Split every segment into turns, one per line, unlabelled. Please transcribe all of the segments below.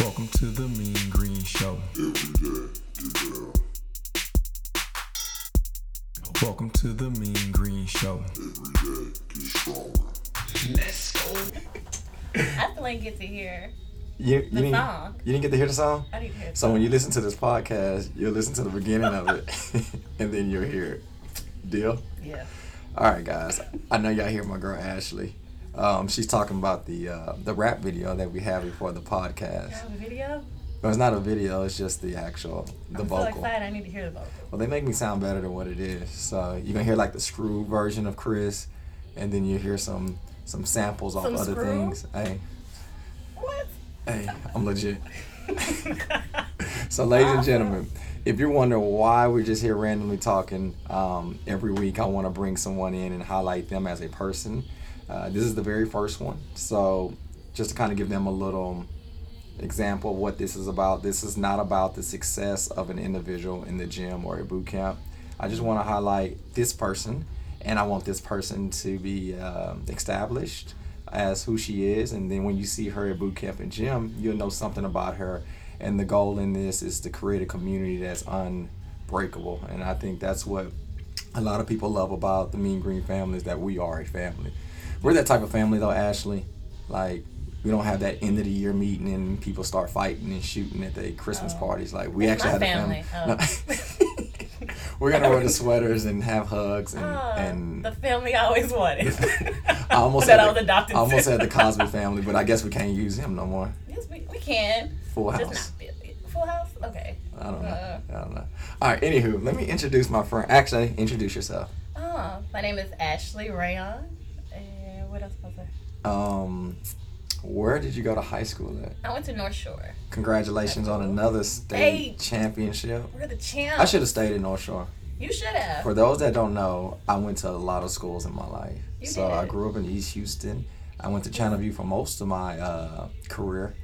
Welcome to the Mean Green Show. Welcome to the Mean Green Show.
I still ain't get to hear
You, you,
the
didn't,
song.
you didn't get to hear the song?
I didn't hear.
So when you listen to this podcast, you'll listen to the beginning of it and then you'll hear it. Deal?
Yeah.
All right, guys. I know y'all hear my girl Ashley. Um, she's talking about the uh, the rap video that we have before the podcast.
Y'all have a video.
Well, it's not a video. It's just the actual the
I'm so
vocal.
excited. I need to hear the vocal.
well, they make me sound better than what it is. So you're gonna hear like the screw version of Chris, and then you hear some some samples off
Some
other
screw?
things. Hey,
What?
hey, I'm legit. So, ladies and gentlemen, if you're wondering why we're just here randomly talking um, every week, I want to bring someone in and highlight them as a person. Uh, this is the very first one. So, just to kind of give them a little example of what this is about, this is not about the success of an individual in the gym or a boot camp. I just want to highlight this person, and I want this person to be um established as who she is. And then when you see her at boot camp and gym, you'll know something about her. And the goal in this is to create a community that's unbreakable. And I think that's what a lot of people love about the Mean Green family is that we are a family. We're that type of family though, Ashley. Like we don't have that end of the year meeting and people start fighting and shooting at the Christmas parties. Like we
Oh. That's
actually have
my Oh.
a family.
family.
No. We're gonna wear the sweaters and have hugs and,
Ah,
and
the family I always wanted.
I almost
that
had
I was
the,
adopted.
I almost
to.
had the Cosby family, but I guess we can't use him no more.
Yes, we, we can.
Full
Just
house.
not Billy. Full House. Okay.
I don't know.
Uh.
I don't know. All right. Anywho, let me introduce my friend. Actually, introduce yourself.
Oh, my name is Ashley Rayon. And what else was I?
Um, where did you go to high school at?
I went to North Shore.
Congratulations on another state
Hey.
championship.
We're the champs.
I should have stayed in North Shore.
You should have.
For those that don't know, I went to a lot of schools in my life.
You
so I
did.
grew up in East Houston. I went to Channel View for most of my uh, career.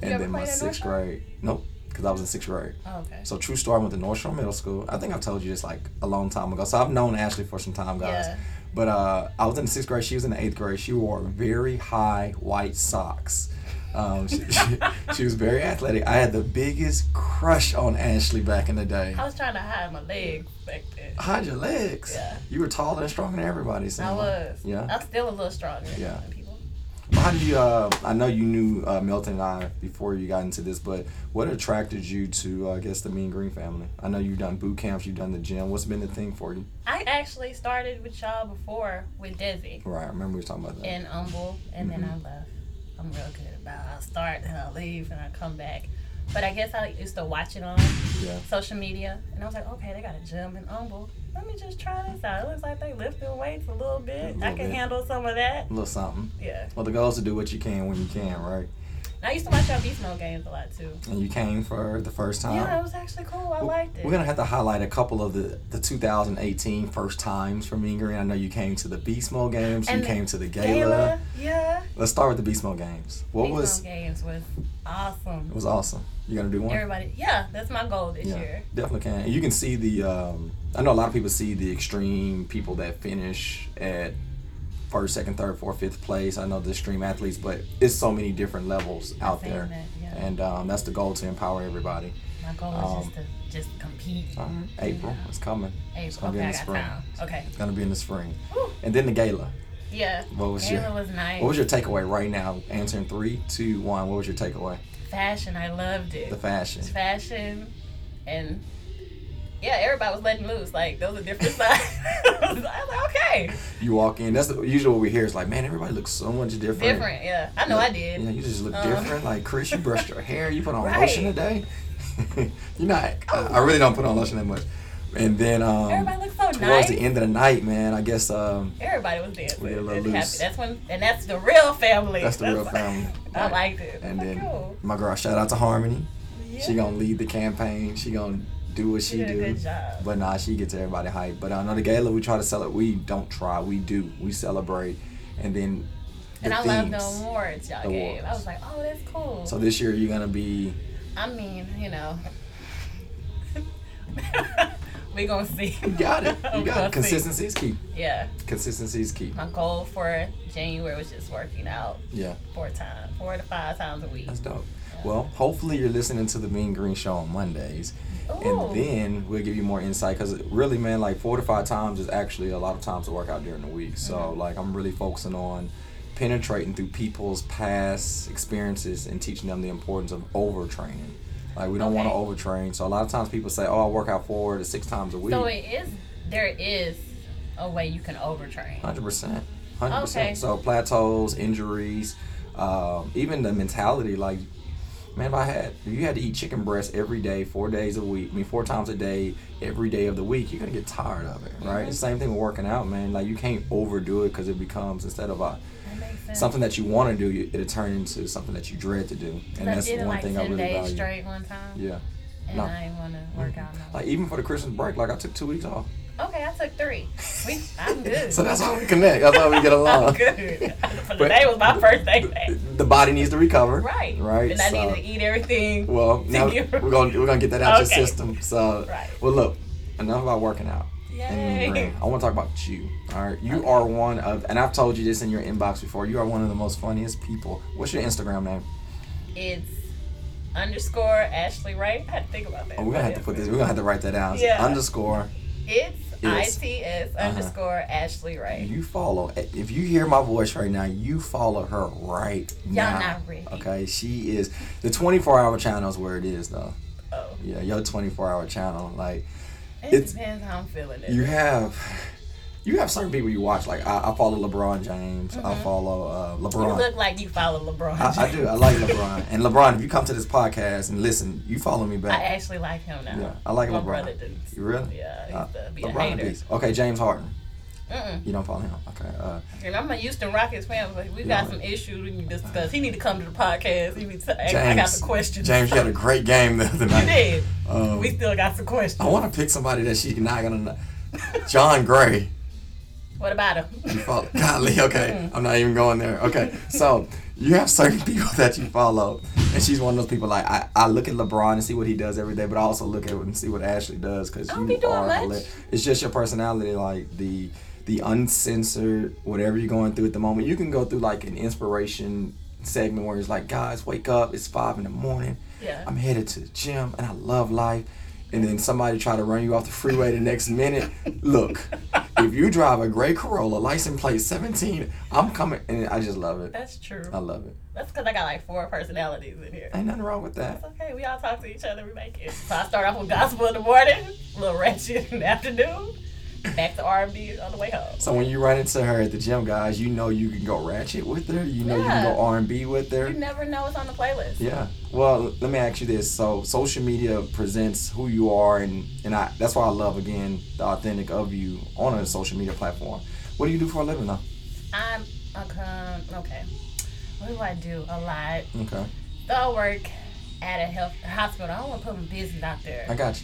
And
ever
then my
played at North
sixth
Shore?
grade. Nope, because I was in sixth grade.
Oh, okay.
So true story, I went to North Shore Middle School. I think I've told you this like a long time ago. So I've known Ashley for some time, guys.
Yeah.
But uh, I was in the sixth grade. She was in the eighth grade. She wore very high white socks. Um, she, she, she was very athletic. I had the biggest crush on Ashley back in the day.
I was trying to hide my legs back then.
Hide your legs.
Yeah.
You were taller and stronger than everybody. So.
I was.
Yeah.
I'm still a little stronger
Yeah.
than people.
How did you? Uh, I know you knew uh, Milton and I before you got into this, but what attracted you to, uh, I guess, the Mean Green family? I know you've done boot camps, you've done the gym. What's been the thing for you?
I actually started with y'all before with Desi
Right. I remember we were talking about that.
and Humble, and then
Mm-hmm.
I left. I'm real good about I start and I leave and I come back. But I guess I used to watch it on
yeah.
social media, and I was like, okay, they got a gym in Humble. Let me just try this out. It looks like they lifting weights a little bit.
A
I
little
can
bit.
handle some of that.
A little something.
Yeah.
Well, the goal is to do what you can when you can, right?
And I used to watch y'all Beast Mode games a lot too.
And you came for the first time.
Yeah, it was actually cool. I
We-
liked it.
Uh-huh. We're gonna have to highlight a couple of the, the 2018 first times from Mean Green. I know you came to the Beast Mode games.
And
you
the
came to the
Gala,
gala.
yeah.
Let's start with the Beast Mode games. What
Beast
was
Mode games was awesome.
It was awesome. You gonna do one?
Everybody, yeah, that's my goal this
yeah,
year.
definitely can. And you can see the. Um, I know a lot of people see the extreme people that finish at first, second, third, fourth, fifth place. I know the extreme athletes, but it's so many different levels out
seen
there,
that, yeah.
and um, that's the goal to empower everybody.
My goal is
Um,
just to just compete.
All right, April, it's coming. It's
Uh-huh. April.
Um, gonna
Okay,
be
I
in the
got
spring.
time. Okay.
It's gonna be in the spring,
Whew.
and then the gala.
Yeah.
What was
Gala
your-
was nice.
What was your takeaway right now? Answering three, two, one. What was your takeaway?
fashion? I loved it.
The fashion.
fashion, and yeah, everybody was letting loose. Like those are different sides. I was like, okay,
You walk in. That's the usual. What we hear is like, man, everybody looks so much different.
different. Yeah, I know I did.
Yeah, you just look
Um,
different. Like Chris, you brushed your hair. You put on
Right. Oh.
lotion today. You're not. I, I really don't put on lotion that much. And then um,
Everybody looked so
towards
nice.
the end of the night, man, I guess um,
Everybody was dancing.
We get a little
and
loose.
Happy. That's when, and that's the real family.
that's the real family.
I liked it.
And
That's
then
cool.
my girl, shout out to Harmony. She
Yeah.
gonna lead the campaign. She gonna do what she,
did a
do.
good job.
But nah, she gets everybody hyped. But I know the gala. We try to celebrate. We don't try. We do. We celebrate. And then the
and I
themes.
loved the awards y'all
The
gave. I
awards.
was like, oh, that's cool.
So this year you're gonna be
I mean, you know. we gonna see.
You got it. You
We
got
gonna
it. Consistency is key.
See. Yeah.
Consistency is key.
My goal for January was just working out
Yeah,
four times, four to five times a week.
that's dope. Well, hopefully you're listening to the Mean Green Show on Mondays,
Ooh.
and then we'll give you more insight because really, man, like four to five times is actually a lot of times to work out during the week. So
Mm-hmm.
like I'm really focusing on penetrating through people's past experiences and teaching them the importance of overtraining. Like we don't want to overtrain. So a lot of times people say, "Oh, I work out four to six times a week."
So it is. There is a way you can overtrain.
Hundred percent, hundred
Okay.
percent. So plateaus, injuries, um, even the mentality. Like, man, if I had, if you had to eat chicken breast every day, four days a week, I mean, four times a day, every day of the week, you're gonna get tired of it, right?
Mm-hmm.
Same thing with working out, man. Like, you can't overdo it because it becomes instead of a
That makes sense.
something that you want to do, you- it'll turn into something that you dread to do, and
I
that's
did it
one
like
thing I
10
really
days
value.
straight one time,
Yeah,
and
no.
I didn't want to work out. No.
like even for the Christmas break, like I took two weeks off.
more. okay, I took three. We, I'm good.
So that's how we connect. That's how we get along.
I'm good. But
But-
today was my first day back.
the body needs to recover.
Right.
Right.
And I
so-
needed to eat everything.
Well, now
get
we're gonna we're gonna get that out of
Okay.
your system. So,
Right.
well, look, enough about working out. And
Yay.
mean green. I want to talk about you. All right, you are one of, and I've told you this in your inbox before. You are one of the most funniest people. What's your Instagram name?
It's underscore Ashley Wright. I had to think about that.
Oh, we're gonna have to put this. We're gonna have to write that down. It's
Yeah.
Underscore.
It's
It's-
ITS underscore Ashley Wright.
Uh-huh. You follow. If you hear my voice right now, you follow her right now.
not ready.
Okay, she is the 24-hour channel is where it is though.
Oh,
Yeah, your 24-hour channel, like.
it
It's-
depends how I'm feeling.
you
It.
have you have certain people you watch like i, I follow lebron james i follow uh,
Mm-hmm. You
lebron
look like you follow LeBron.
I, I do i like lebron and lebron if you come to this podcast and listen you follow me
I
back
actually like him now.
yeah i like
My
lebron
brother didn't.
you really
Yeah, he
Uh,
used to be a
lebron a
hater.
beast. okay james harden
Mm-mm.
you don't follow him okay uh,
And I'm a Houston Rockets fan, but we
Yeah.
got some issues we need to discuss. He need to come to the podcast. He needs to ask. I got
james
some questions.
james you had a great game the other night
You did.
Um, Oh.
we still got some questions.
i want to pick somebody that she's not gonna know john gray
what about him?
you follow. Golly, okay. I'm not even going there. Okay, so you have certain people that you follow, and she's one of those people. Like I, I look at LeBron and see what he does every day, but I also look at and see what Ashley does because
I
you
don't be doing
are.
much.
hila- It's just your personality, like the the uncensored whatever you're going through at the moment. You can go through like an inspiration segment where it's like, guys, wake up. It's five in the morning.
Yeah.
I'm headed to the gym, and I love life. And then somebody try to run you off the freeway the next minute. Look, if you drive a gray Corolla, license plate 17, I'm coming. And I just love it.
That's true.
I love it.
That's because I got like four personalities in here.
Ain't nothing wrong with that.
It's okay. We all talk to each other. We make it. So I start off with gospel in the morning, a little ratchet in the afternoon, back to R&B on the way home.
So when you run into her at the gym, guys, you know you can go ratchet with her. You know you can
Yeah.
go R&B with her.
You never know what's on the playlist.
Yeah. Well, let me ask you this. So, social media presents who you are, and and I that's why I love again the authentic of you on a social media platform. What do you do for a living though?
I'm a con. Okay. What do I do? A lot.
Okay,
So I work at a health hospital. I don't want to put my business out there.
I got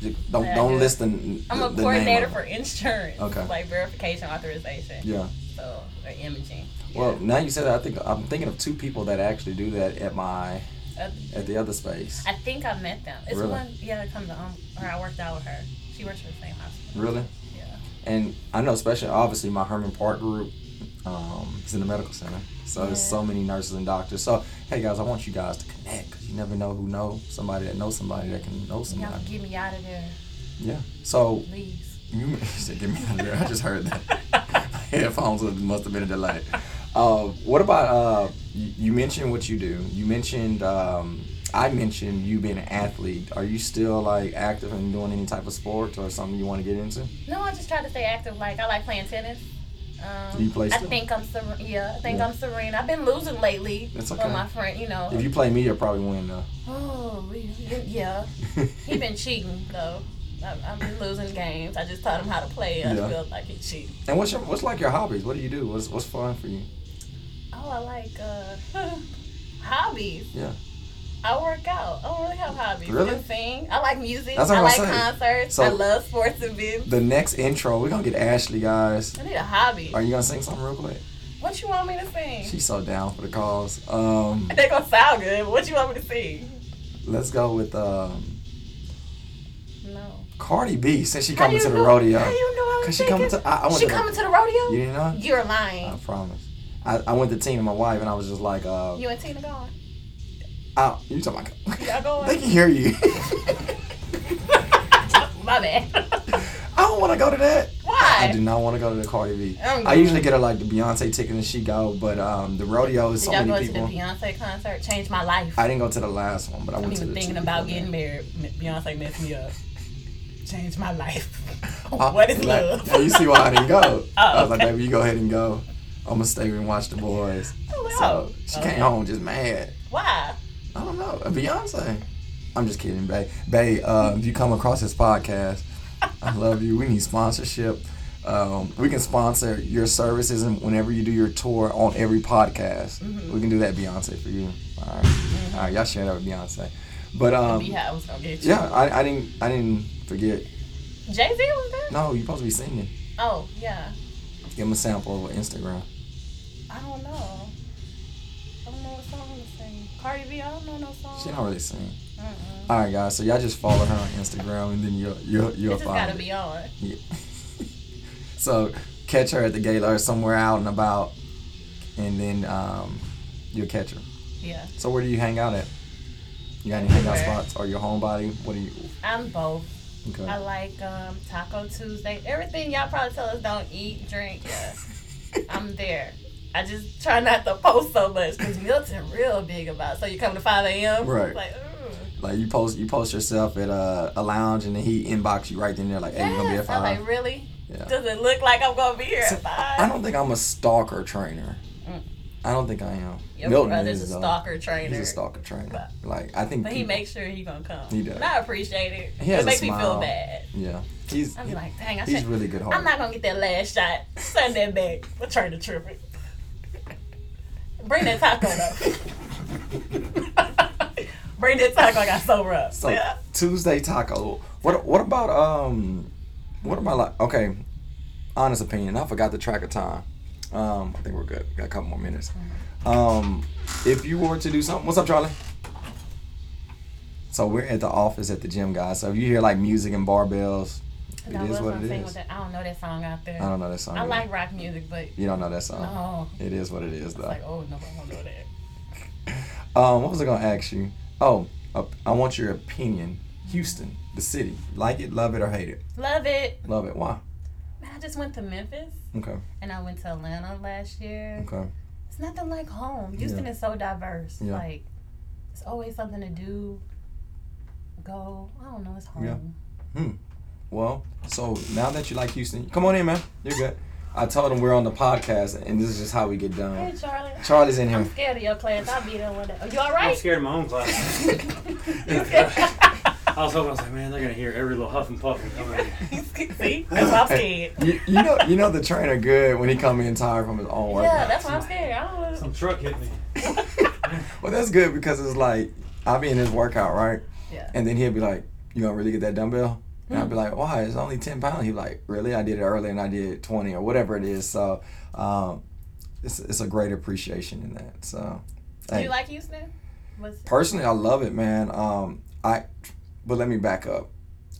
you. Ju- Don't
Yeah, I
don't
do.
list the.
I'm
the-
a
the
coordinator
name
for
of it.
insurance.
Okay.
Like verification authorization.
Yeah.
So, or imaging.
Well, now you said that, I think I'm thinking of two people that actually do that at my
Uh,
at the other space.
I think I met them. It's
Really?
one, yeah, that comes on, or I worked out with her. She works for the same hospital.
Really?
Yeah.
And I know, especially obviously, my Herman Park group um, is in the medical center. So there's so many nurses and doctors. So hey, guys, I want you guys to connect 'cause you never know who know somebody that knows somebody that can know
Y'all
somebody.
get me out of there,
Yeah. So
please.
you you said, "Get me out of there." I just heard that. my headphones was- must have been a delay. Uh, what about uh, you, you mentioned what you do? You mentioned um, I mentioned you being an athlete. Are you still like active and doing any type of sport or something you want to get into?
No, I just try to stay active. Like I like playing tennis. Um,
You play
I
still?
think I'm Serena. Yeah, I think
Yeah.
I'm Serena. I've been losing lately.
That's
with
okay.
my friend, you know.
If you play me, you'll probably win though.
oh, we- yeah. He been cheating though. I- I've been losing games. I just taught him how to play. I
Yeah.
feel like he cheating.
And what's your what's like your hobbies? What do you do? What's what's fun for you?
Oh, I like uh, hobbies.
Yeah.
I work out. I don't really have hobbies.
Really?
I sing. I like music.
That's what
I
I'm
like
gonna say.
concerts.
So-
I love sports events.
The next intro, we're gonna get Ashley, guys.
I need a hobby.
Are you gonna sing something real quick?
What you want me to sing?
She's so down for the cause. Um,
They gonna sound good. But what you want me to sing?
let's go with um,
No.
Cardi B since she
How
coming
you
to the
know-
rodeo.
How you know I
Cause
was
she
thinking?
coming to. I, I went
she
to
coming to the rodeo?
The, you didn't know?
You're lying.
I promise. I, I went to team with my wife and I was just like, uh,
you and Tina going?
Oh, you talking about?
Y'all
They
going?
can hear you.
My bad.
I don't want to go to that. I do
Why?
not want to go to the Cardi B.
I'm
I
good.
usually get her like the Beyonce ticket and she go, but um, the rodeo is
Did
so
y'all go
many people.
to the Beyonce concert? Changed my life.
I didn't go to the last one, but I
I'm
went to
even
the.
thinking
two
about
before
getting
that.
married. M- Beyonce messed me up. Changed my life.
Uh,
what is
like,
love?
now you see why I didn't go.
Oh,
I was like,
okay.
baby, you go ahead and go. I'm gonna stay and watch the boys.
Oh,
So she
okay.
came home just mad.
Why?
I don't know. Beyonce. I'm just kidding, Bay. Bay, uh, if you come across this podcast, I love you. We need sponsorship. Um, we can sponsor your services and whenever you do your tour on every podcast.
Mm-hmm.
We can do that, Beyonce, for you. All right. All right, y'all share that with Beyonce. But um,
Be how I was gonna get you.
yeah, I, I didn't I didn't forget.
Jay Z was there.
No, you're supposed to be singing.
Oh yeah.
Give them a sample of Instagram.
I don't know. I don't know what song to sing. Cardi B, I don't know no song.
She don't really sing.
Mm-mm.
All right, guys. So y'all just follow her on Instagram and then you'll you'll you'll
It just
find
gotta
it.
be on.
Yeah. so catch her at the gala or somewhere out and about, and then um, you'll catch her.
Yeah.
So where do you hang out at? You got any hangout
Everywhere.
spots? Are you a homebody? What do you?
I'm both.
Okay.
I like um, Taco Tuesday. Everything y'all probably tell us don't eat, drink. Yeah. I'm there. I just try not to post so much because Milton real big about. So you come to 5 a.m.
Right.
Like, mm.
like you post you post yourself at a, a lounge and then he inbox you right then and there like, hey, you gonna be at
Yes. I'm
five?
like, really?
Yeah.
Does it look like I'm gonna be here
So,
at
I
five?
don't think I'm a stalker trainer.
Mm.
I don't think I am.
Your brother's a
though.
stalker trainer.
He's a stalker trainer.
But-
Like I think.
But he
people-
makes sure he gonna come.
He does.
And I appreciate it.
He
it
has a
makes me
smile.
feel bad.
Yeah. He's.
I'm like, dang, I
he's
should.
really good.
I'm
hearted.
not gonna get that last shot. Send that back. We're trying to trip it. Bring that taco though. Bring that taco. I got sober up.
So
yeah.
Tuesday taco. What what about um what am I like okay, honest opinion, I forgot the track of time. Um I think we're good. Got a couple more minutes. Um if you were to do something what's up, Charlie? So we're at the office at the gym, guys. So if you hear like music and barbells, it
I
is
was
what
gonna
it
sing
is.
with that. I don't know that song out there.
I don't know that song.
I
either.
like rock music, but
you don't know that song.
no.
It is what it is
It's
though.
like, oh no, I don't know that.
Um, what was I gonna ask you? Oh, uh, I want your opinion. Houston, the city. Like it, love it, or hate it.
Love it.
Love it. Why?
Man, I just went to Memphis
Okay.
and I went to Atlanta last year.
Okay.
It's nothing like home. Houston is so diverse.
Yeah.
Like, it's always something to do. Go. I don't know. It's home.
Yeah. Well, so now that you like Houston, come on in, man. You're good. I told him we're on the podcast, and this is just how we get
Hey,
done.
Charlie.
Charlie's in
I'm
here.
scared of your class. I'll be there one day. Are you all
I'm
right?
scared of my own class.
You scared?
I was hoping, I was like, man, they're gonna hear every little huff and puff. And come in.
See? That's why I'm scared.
You, you know, you know the trainer good when he come in tired from his own work.
Yeah, that's why I'm scared. I don't know.
Some truck hit me.
Well, that's good because it's like I'll be in his workout, right?
Yeah. Mm-hmm.
And then he'll be like, "You gonna really get that dumbbell?" And I'll be like, "Why? It's only ten pounds." He'll be like, "Really? I did it earlier, and I did twenty or whatever it is." So, um, it's it's a great appreciation in that. So,
Do
hey.
you like Houston? Was
personally i love it man um i but let me back up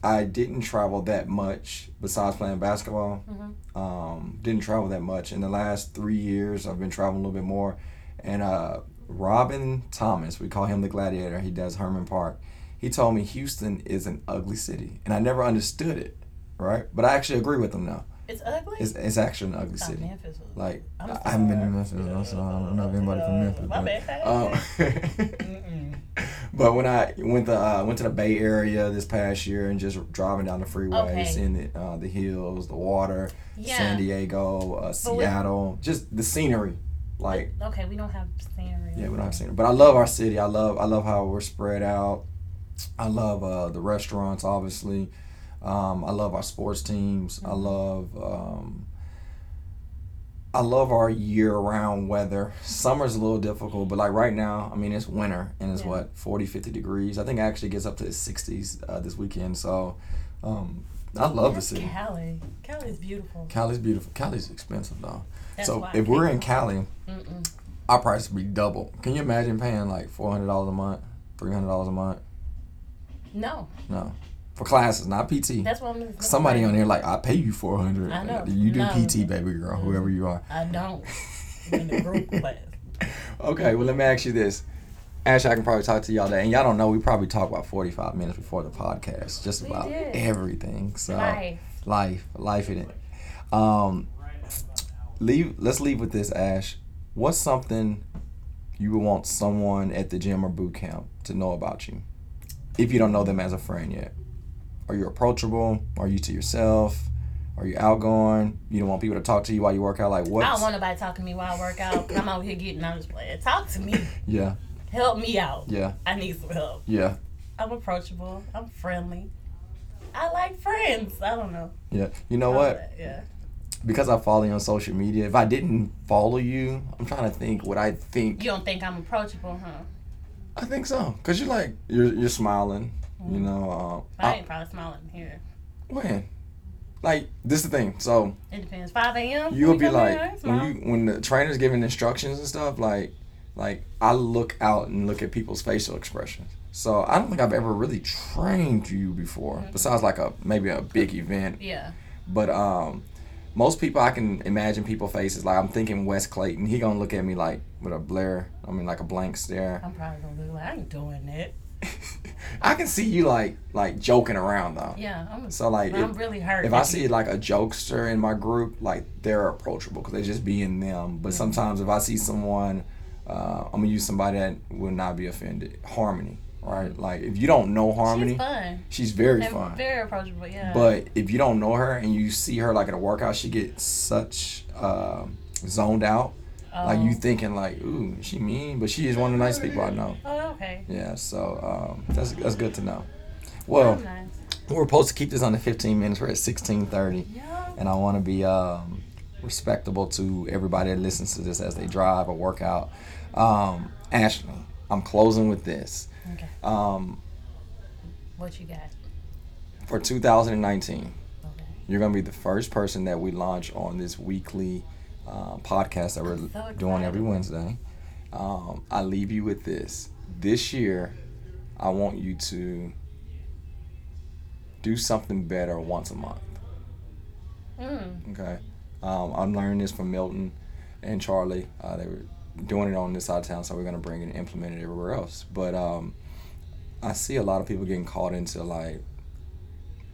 i didn't travel that much besides playing basketball
Mm-hmm.
um didn't travel that much in the last three years i've been traveling a little bit more and uh robin thomas we call him the gladiator he does herman park he told me houston is an ugly city and i never understood it right but i actually agree with him now
it's ugly?
it's, it's actually an ugly
Oh,
city
Memphis was
like
I'm
i haven't been to
sorry.
memphis i'm sorry i don't know if anybody from memphis
My
but-
bad.
um,
Mm-mm.
But when I went to uh, went to the Bay Area this past year and just driving down the freeway,
Okay.
seeing the uh, the hills, the water,
Yeah.
San Diego, uh,
But we-
Seattle, just the scenery. Like
Okay, we don't have scenery.
yeah, we don't have scenery, but I love our city. I love I love how we're spread out. I love uh, the restaurants, obviously. Um, I love our sports teams. I
Mm-hmm.
love um, I love our year-round weather. Summer's a little difficult, but like right now, I mean, it's winter and it's
Yeah.
what 40, 50 degrees. I think it actually gets up to the 60s uh, this weekend. So um, I love the
That's
city.
Cali. Cali's beautiful.
Cali's beautiful. Cali's expensive though.
That's
so
why I
if we're in
can't
Cali,
Mm-mm.
our price would be double. Can you imagine paying like four hundred dollars a month, three hundred dollars a month?
No,
No, for classes, not PT.
that's what I'm.
Somebody on there like I pay you four hundred.
I know.
You do
No. Mm-hmm.
PT, baby girl, whoever you are.
I don't. In the group class.
Okay, well let me ask you this: Actually, I can probably talk to y'all today. And y'all don't know, we probably talked about 45 minutes before the podcast, just
We
about
did.
everything. So,
Life.
life, life in it. Um, leave. Let's leave with this, Ash. What's something you would want someone at the gym or boot camp to know about you, if you don't know them as a friend yet? Are you approachable? Are you to yourself? Are you outgoing? You don't want people to talk to you while you work out. Like what?
I don't want nobody talking to me while I work out. 'cause I'm out here getting. I'm just playing. Talk to me.
yeah,
Help me out.
yeah,
I need some help.
yeah,
I'm approachable. I'm friendly. I like friends. I don't know.
yeah. You know
I
what?
like- Yeah.
because I follow you on social media, if I didn't follow you, I'm trying to think what I think.
You don't think I'm approachable, huh?
I think so, cause you're like you're you're smiling, you know. Uh,
I
I,
ain't probably smiling here.
when, like this is the thing. So
It depends. 5 a.m.
you'll
when
be
come in, I
like
ain't
when
smiling.
you when the trainer's giving instructions and stuff, like like I look out and look at people's facial expressions. So I don't think I've ever really trained you before, besides like a maybe a big event
Yeah.
But um, most people I can imagine people faces like I'm thinking Wes Clayton. He gonna look at me like with a blare. I mean like a blank stare.
I'm probably gonna look like I ain't doing that.
I can see you like like joking around though.
Yeah. I'm.
So like
I'm
if,
really hurt.
if I see like a jokester in my group, like they're approachable because they just being them. But sometimes if I see someone, uh, I'm gonna use somebody that will not be offended. Harmony, right? Like if you don't know Harmony,
Mm-hmm. She's fun.
she's very
And
fun.
Very approachable. Yeah.
But if you don't know her and you see her like at a workout, she gets such um zoned out. Like you
Oh.
thinking like, ooh, she mean, but she is one of the nice people I know.
Oh, okay.
Yeah, so um, that's that's good to know.
Oh.
Well,
Nice.
we're supposed to keep this under 15 minutes. We're at 16:30,
Yeah.
and I want to be um, respectable to everybody that listens to this as they drive or work out. Um, Ashley, I'm closing with this.
Okay.
Um,
What you got?
for 2019,
Okay.
You're gonna be the first person that we launch on this weekly uh, podcast that we're
so
doing every
excited.
Wednesday. Um, I leave you with this. This year, I want you to do something better once a month.
Mm.
Okay. Um, I'm learning this from Milton and Charlie. Uh, they were doing it on this side of town, so we're gonna bring it and implement it everywhere else. But um, I see a lot of people getting caught into like,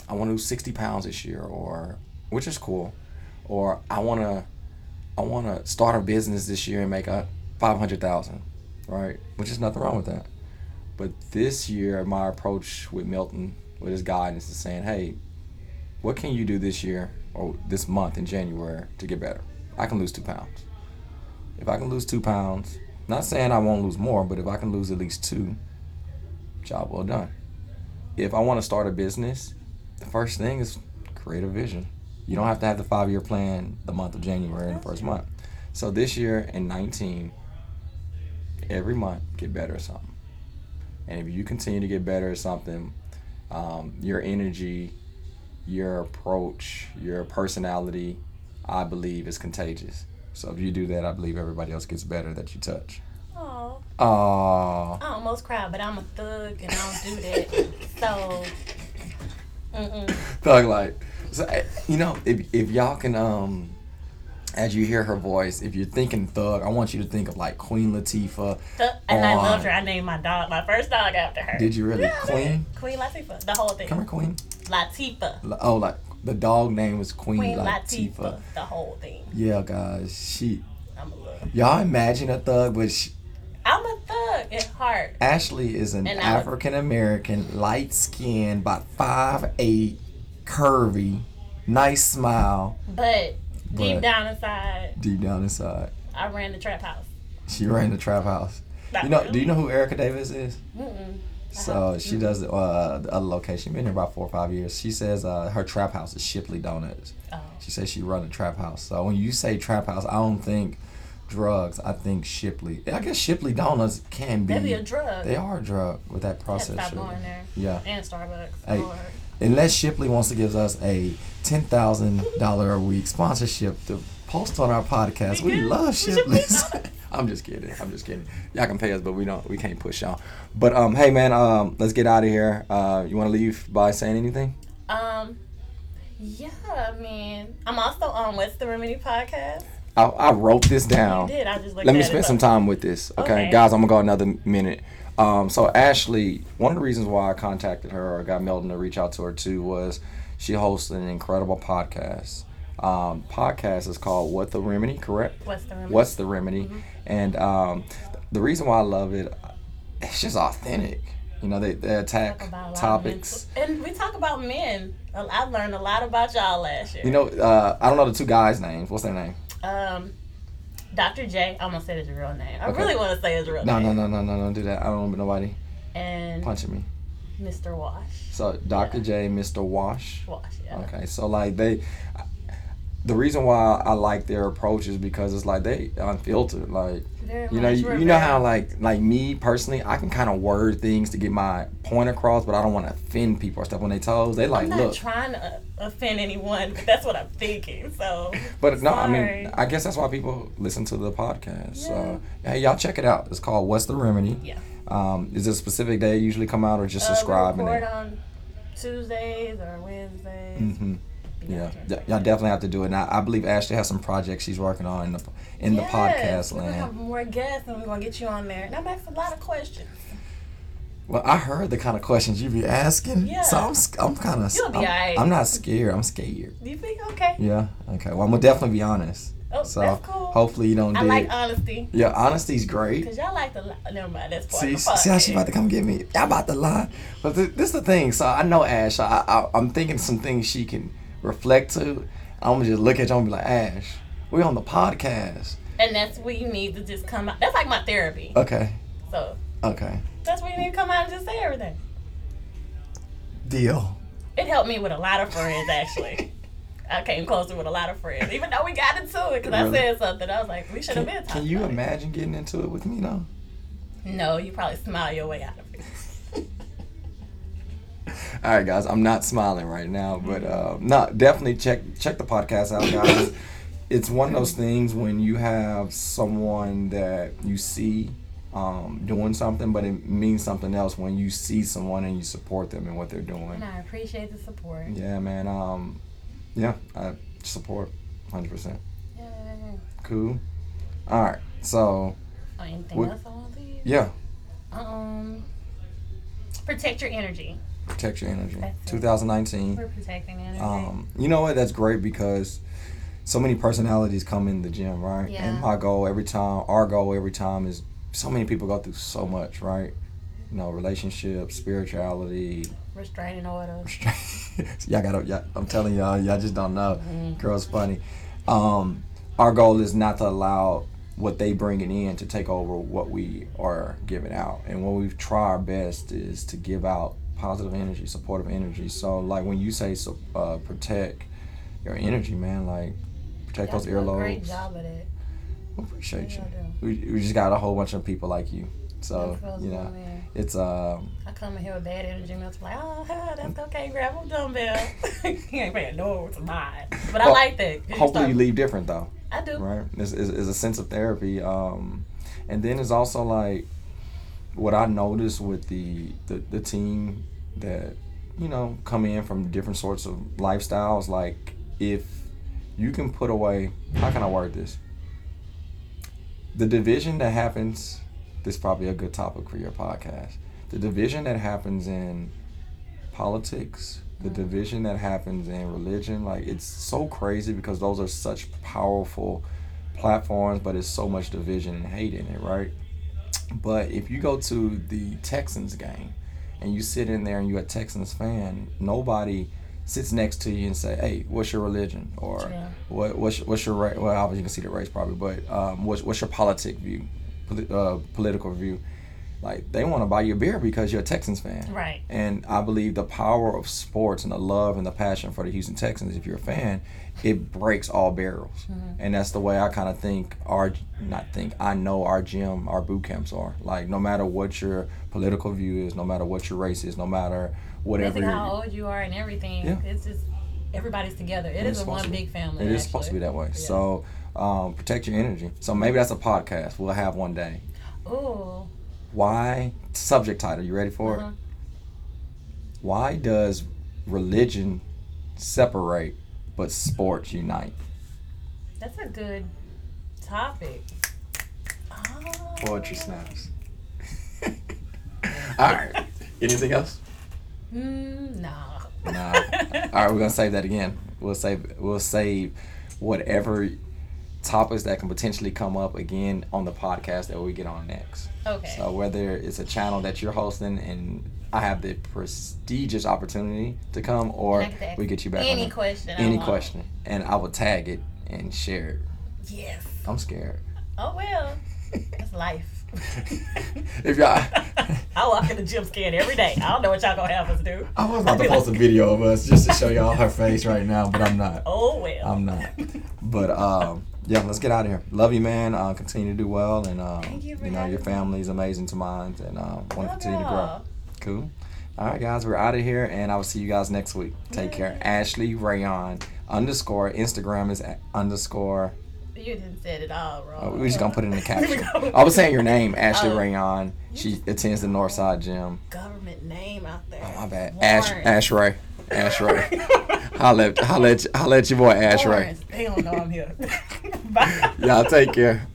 I want to lose 60 pounds this year, or which is cool, or I wanna, I wanna start a business this year and make a 500,000, right? Which is nothing wrong with that. But this year, my approach with Milton, with his guidance, is saying, hey, what can you do this year or this month in January to get better? I can lose two pounds. If I can lose two pounds, not saying I won't lose more, but if I can lose at least two, job well done. If I want to start a business, the first thing is create a vision. You don't have to have the five year plan the month of January in the first month. So this year in 19, every month, get better at something. And if you continue to get better at something, um, your energy, your approach, your personality, I believe is contagious. So if you do that, I believe everybody else gets better that you touch.
Oh.
Aww.
I almost cried, but I'm a thug and I don't do that. so. Mm-mm.
Thug life. So, eh, you know, if, if y'all can, um, as you hear her voice, if you're thinking thug, I want you to think of like Queen Latifah.
Thug, and I
on-
loved her. I named my dog, my first dog after her.
Did you really?
Yeah, I did.
Queen?
Queen Latifah. The whole thing.
Come here, Queen.
Latifah.
L- Oh, like the dog name was Queen,
Queen
Latifah.
Latifah. The whole thing.
Yeah, guys. She.
I'm a thug.
Y'all imagine a thug, but she,
I'm a thug at heart.
Ashley is an
And I was-
African American, light skinned, about five eight, curvy, nice smile
But
But-
deep down inside,
deep down inside.
I ran the trap house.
She ran the trap house.
Not
You know?
really.
Do you know who Erica Davis is?
Mm-mm. Uh-huh.
So she does uh, the other location. Been here about four or five years. She says uh, her trap house is Shipley Donuts.
Oh.
She says she run a trap house. So when you say trap house, I don't think drugs. I think Shipley. I guess Shipley Donuts can be.
That'd be a drug.
Mm. They are a drug with that
That's
process.
stop
sugar.
going there.
Yeah.
And Starbucks.
Hey.
Or,
Unless Shipley wants to give us a ten thousand dollar a week sponsorship to post on our podcast, we
do.
love
We should be
Shipley's. I'm just kidding. I'm just kidding. Y'all can pay us, but we don't. We can't push y'all. But um, hey man, um, let's get out of here. Uh, you want to leave by saying anything?
um, yeah, I mean, I'm also on What's the Remedy podcast.
I, I wrote this down.
You did. I just looked
Let me
at it.
spend some time with this, okay?
Okay.
Guys, I'm gonna go another minute. Um, so Ashley, one of the reasons why I contacted her or got Melton to reach out to her too was she hosts an incredible podcast. Um, podcast is called What the Remedy, correct?
What's the remedy?
What's the remedy?
Mm-hmm.
And um, the reason why I love it, it's just authentic. You know, they, they attack
about a lot of
topics.
mental- and we talk about men. Uh, I learned a lot about y'all last year.
You know, uh, I don't know the two guys' names. What's their name?
um, Dr. J. I'm gonna say his real name. I
Okay.
really want to say his real
No,
name.
no, no, no, no, don't do that. I don't remember nobody
And
punching me.
Mr. Wash.
So Dr. J, Mr. Wash.
Wash. Yeah.
Okay, so like they, the reason why I like their approach is because it's like they unfiltered. Like
Very
you know,
much.
you,
We're
you know
very-
how like like me personally, I can kind of word things to get my point across, but I don't want to offend people or step on their toes. They like
I'm not
look,
trying to offend anyone. But that's what I'm thinking. So.
but no, I
sorry.
mean, I guess that's why people listen to the podcast. So
Yeah.
hey, y'all check it out. It's called What's the Remedy.
Yeah.
Um, is it a specific day it usually come out or just
Uh,
subscribe and
we
then-
record on Tuesdays or Wednesdays.
Mhm.
Be
Yeah,
out there.
y- y'all definitely have to do it. And I, I believe Ashley has some projects she's working on in the in the
Yes,
podcast
We're gonna have
land.
more guests, and we're gonna get you on there. And I'm asking a lot of questions.
Well, I heard the kind of questions you be asking,
Yeah.
so I'm sc- I'm kind of
You'll
I'm,
be alright.
I'm not scared. I'm scared.
Do you think okay?
Yeah. Okay. Well, I'm gonna definitely be honest.
Oh,
So
that's cool.
hopefully you don't
I
dig.
like uh, honesty.
yeah, honesty's great.
Cause y'all like to lie. Never mind. That's part
See,
of the podcast.
see how she about to come get me. Y'all about to lie, but th- this is the thing. So I know Ash. I, I I'm thinking some things she can reflect to. I'm gonna just look at you and be like, Ash, we on the podcast.
And that's where you need to just come out. That's like my therapy.
Okay.
So
Okay.
that's where you need to come out and just say everything.
Deal.
It helped me with a lot of friends actually. I came closer with a lot of friends, even though we got into it. Cause
Really?
I said something. I was like, we should have
Can,
been.
can
talking
you
about it.
imagine getting into it with me though?
No, you probably smile your way out of it.
All right, guys. I'm not smiling right now, but uh, no, definitely check check the podcast out, guys. it's one of those things when you have someone that you see um, doing something, but it means something else when you see someone and you support them and what they're doing.
And I appreciate the support.
Yeah, man. Um, yeah, I support 100. percent
Yay.
Cool. All right. So
Oh, anything
What-
else I want to leave?
yeah,
Um, protect your energy.
protect your energy.
That's it.
2019.
We're protecting energy.
Um, you know what? That's great because so many personalities come in the gym, right? And
Yeah.
my goal every time, our goal every time is so many people go through so much, right? You know, relationships, spirituality.
Restraining orders.
y'all gotta, y'all, I'm telling y'all, y'all just don't know.
Mm-hmm.
Girls, funny. Um, our goal is not to allow what they bringing in to take over what we are giving out. And what we try our best is to give out positive energy, supportive energy. So, like when you say so, uh, protect your energy, man, like protect
Y'all
those
do a Great
earlobes.
job at it.
We appreciate you.
Y'all
We, we just got a whole bunch of people like you. So,
That feels
you know,
good, man.
it's, um,
I come in here with bad energy and it's like, oh, huh, that's okay, grab a dumbbell. you ain't paying no it's mine. But I
Well,
like that. You
hopefully
start-
you leave different though.
I do.
right is, is, is a sense of therapy um and then it's also like what i noticed with the, the the team that you know come in from different sorts of lifestyles like if you can put away how can i word this the division that happens this is probably a good topic for your podcast the division that happens in politics the division that happens in religion like it's so crazy because those are such powerful platforms but it's so much division and hate in it right but if you go to the texans game and you sit in there and you're a texans fan nobody sits next to you and say hey what's your religion or
Yeah.
what, what's, what's your race well obviously you can see the race probably but um, what's, what's your politic view poli- uh, political view like they want to buy your beer because you're a texans fan
Right.
and I believe the power of sports and the love and the passion for the Houston Texans, if you're a fan, it breaks all barrels.
Mm-hmm.
And that's the way I kind of think our, not think, I know our gym, our boot camps are. Like, no matter what your political view is, no matter what your race is, no matter whatever.
Basically,
your-
how old you are and everything.
Yeah.
It's just everybody's together. It
It's
is a
supposed
one
to be.
big family.
It is supposed to be that way.
Yeah.
So, um, protect your energy. So, maybe that's a podcast we'll have one day.
Ooh.
Why, subject title, you ready for
Uh-huh.
it? Why does religion separate but sports unite?
That's a good topic. Oh.
Poetry snaps. All right. Anything else?
Mm, nah.
Nah. All right, we're gonna save that again. We'll save we'll save whatever topics that can potentially come up again on the podcast that we get on next.
Okay.
So whether it's a channel that you're hosting and I have the prestigious opportunity to come, or
Exactly.
we get you back. on
Any
the-
question I
Any
want.
question, and I will tag it and share it.
Yes.
I'm scared.
Oh well. That's life.
If y'all,
I walk in the gym scared every day. I don't know what y'all gonna have us do.
I was about to post a video of us just to show y'all her face right now, but I'm not.
Oh well.
I'm not. But um, yeah, let's get out of here. Love you, man. Uh, continue to do well, and uh,
Thank you for
know
having
your
me.
family is amazing to mine, and uh, want to
Love
continue to grow.
y'all.
Cool. All right, guys, we're out of here, and I will see you guys next week. Take care. Ashley Rayon underscore Instagram is at underscore.
You didn't say it all wrong.
Oh, we just gonna put it in the caption. I was saying your name, Ashley
Oh.
Rayon. She attends the Northside Gym.
government name out there.
Oh my bad. Ash
Warren.
Ash Ray. Ash Ray. Holla at holla at holla at your boy Ash Ray.
Lawrence. They don't know I'm here. Bye.
Y'all take care.